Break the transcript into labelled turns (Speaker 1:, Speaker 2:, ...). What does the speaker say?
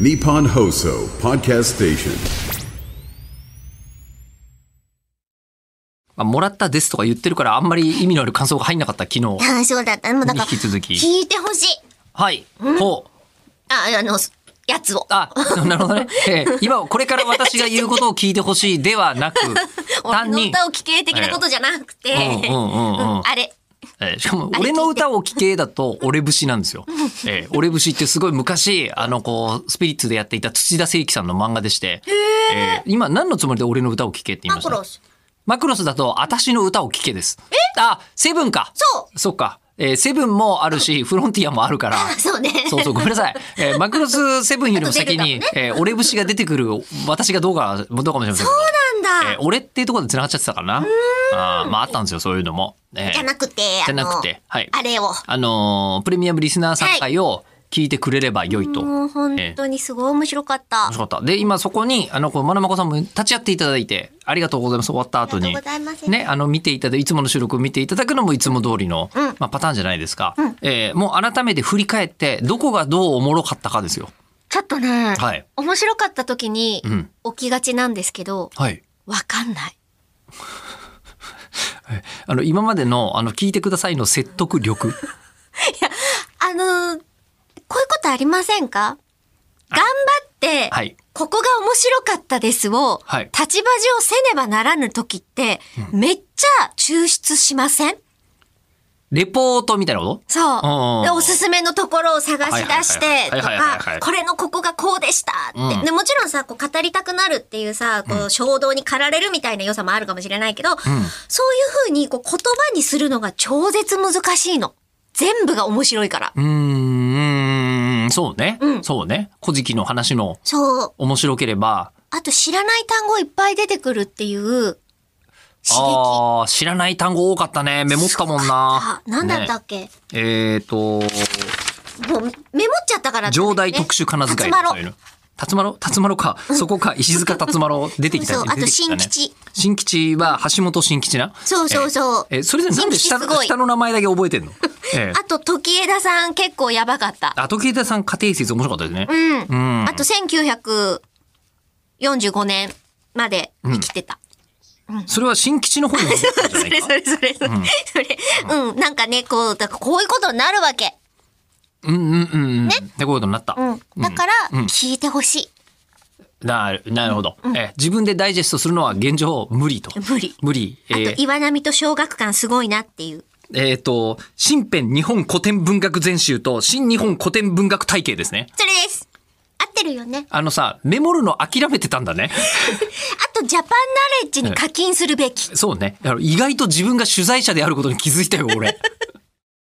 Speaker 1: Nippon Hoso Podcast Station.
Speaker 2: まあ、もらったですとか言ってるからあんまり意味のある感想が入んなかった昨日。
Speaker 3: ああ、そうだった。もうだから、
Speaker 2: 引き続き
Speaker 3: 聞いてほしい。
Speaker 2: はい。ほう。
Speaker 3: あ、あの、やつを。
Speaker 2: あ、 なるほどね。えー今、これから私が言うことを聞いてほしいではなく、
Speaker 3: 俺
Speaker 2: 単
Speaker 3: の
Speaker 2: に、
Speaker 3: 歌を聞け的なことじゃなくて、
Speaker 2: ええうんうんうんうん
Speaker 3: あれ。
Speaker 2: えーしかも俺の歌を聴けだと、俺節なん ですよ。えー、俺節ってすごい昔、あの、こう、スピリッツでやっていた土田聖輝さんの漫画でして、えー今何のつもりで俺の歌を聴けって言い
Speaker 3: マ
Speaker 2: まし
Speaker 3: ク
Speaker 2: た
Speaker 3: ロス。
Speaker 2: マクロスだと、私の歌を聴けです。えあ、セブンか。。
Speaker 3: そう
Speaker 2: そっか。えーセブンもあるし、フロンティアもあるから。
Speaker 3: そうね。
Speaker 2: そうそう、ごめんなさい。えーマクロスセブンよりも先に、
Speaker 3: あと出るか
Speaker 2: えー俺節が出てくる、私がどうか、どうかもしれませんけど。
Speaker 3: そうなんだ。
Speaker 2: えー俺っていうところで繋がっちゃってたからな。あーまああったんですよ、そういうのも。えー
Speaker 3: じゃなくて、あ
Speaker 2: じゃ
Speaker 3: の、
Speaker 2: なくてはい
Speaker 3: あれを。
Speaker 2: あのープレミアムリスナー参加を聞いてくれれば良いと。
Speaker 3: もう本当にすごい面白かった。
Speaker 2: 面白かった。で、今そこに、あの、こう、まなまこさんも立ち会っていただいて、ありがとうございます。終わった後
Speaker 3: あり
Speaker 2: に
Speaker 3: がとうございます。
Speaker 2: ね、あの、見ていただいいつもの収録を見ていただくのもいつも通りの、まあ、パターンじゃないですか。えーもう改めて振り返って、どこがどうおもろかったかですよ。
Speaker 3: ちょっとね、
Speaker 2: はい
Speaker 3: 面白かった時に
Speaker 2: ん
Speaker 3: 起きがちなんですけど、
Speaker 2: はい。
Speaker 3: わかんない。
Speaker 2: あの、今までの、あの、聞いてくださいの説得 力。
Speaker 3: あのーこういうことありませんか頑張って、
Speaker 2: はい
Speaker 3: ここが面白かったですを、
Speaker 2: はい
Speaker 3: 立場上せねばならぬ時って、めっちゃ抽出しません
Speaker 2: レポートみたいなこと
Speaker 3: そ
Speaker 2: うん
Speaker 3: う。で、おすすめのところを探し出して、
Speaker 2: はい
Speaker 3: と
Speaker 2: はいはいはいはいはいはい
Speaker 3: か、これのここがこうでしたっ
Speaker 2: うん
Speaker 3: て。で、もちろんさ、こう語りたくなるっていうさ、こう衝動に駆られるみたいな良さもあるかもしれないけど、そういうふうにこう言葉にするのが超絶難しいの。全部が面白いから。
Speaker 2: うーん、そうね。
Speaker 3: うん
Speaker 2: そうね。古事記の話の
Speaker 3: そう。
Speaker 2: 面白ければ、
Speaker 3: あと知らない単語いっぱい出てくるっていう刺激。
Speaker 2: ああ、知らない単語多かったね。メモったもんな
Speaker 3: あ。、なんだった
Speaker 2: ね
Speaker 3: っけ
Speaker 2: えっ、と、
Speaker 3: もうメモっちゃったからってね。
Speaker 2: 上代特殊金遣い
Speaker 3: ま
Speaker 2: と
Speaker 3: ろ
Speaker 2: かいうの。辰丸辰丸か。そこか。石塚辰丸出てきた
Speaker 3: そう
Speaker 2: やつ
Speaker 3: あと
Speaker 2: 出てきたね
Speaker 3: 新吉。
Speaker 2: 新吉は橋本新吉な。
Speaker 3: そうそうそう
Speaker 2: えーえーそれでなんで下
Speaker 3: 新吉すごい
Speaker 2: 下の名前だけ覚えてん のえー
Speaker 3: あと、時枝さん結構やばかった。
Speaker 2: あと慶太さん家庭説面白かったですね。
Speaker 3: う
Speaker 2: う
Speaker 3: ん。
Speaker 2: ん。
Speaker 3: あと1945年まで生きてた。
Speaker 2: それは新吉の方に戻ったんじゃ
Speaker 3: そ
Speaker 2: ない
Speaker 3: れ
Speaker 2: か
Speaker 3: そ。れそれそれ。それ。うん。なんかね、こう、だからこういうことになるわけ。
Speaker 2: うんうんうんうん。ってことになった。
Speaker 3: うん。だから、聞いてほしい。
Speaker 2: ななるほど、え自分でダイジェストするのは現状無理と
Speaker 3: 無理
Speaker 2: 無理え
Speaker 3: あ
Speaker 2: ー
Speaker 3: と、岩波と小学館すごいなっていう。
Speaker 2: えーと新編日本古典文学全集と新日本古典文学体系ですね
Speaker 3: それです。合ってるよね。
Speaker 2: あのさメモるの諦めてたん だね
Speaker 3: あと、ジャパンナレッジに課金するべき。
Speaker 2: そうねあの意外と自分が取材者であることに気づいたよ俺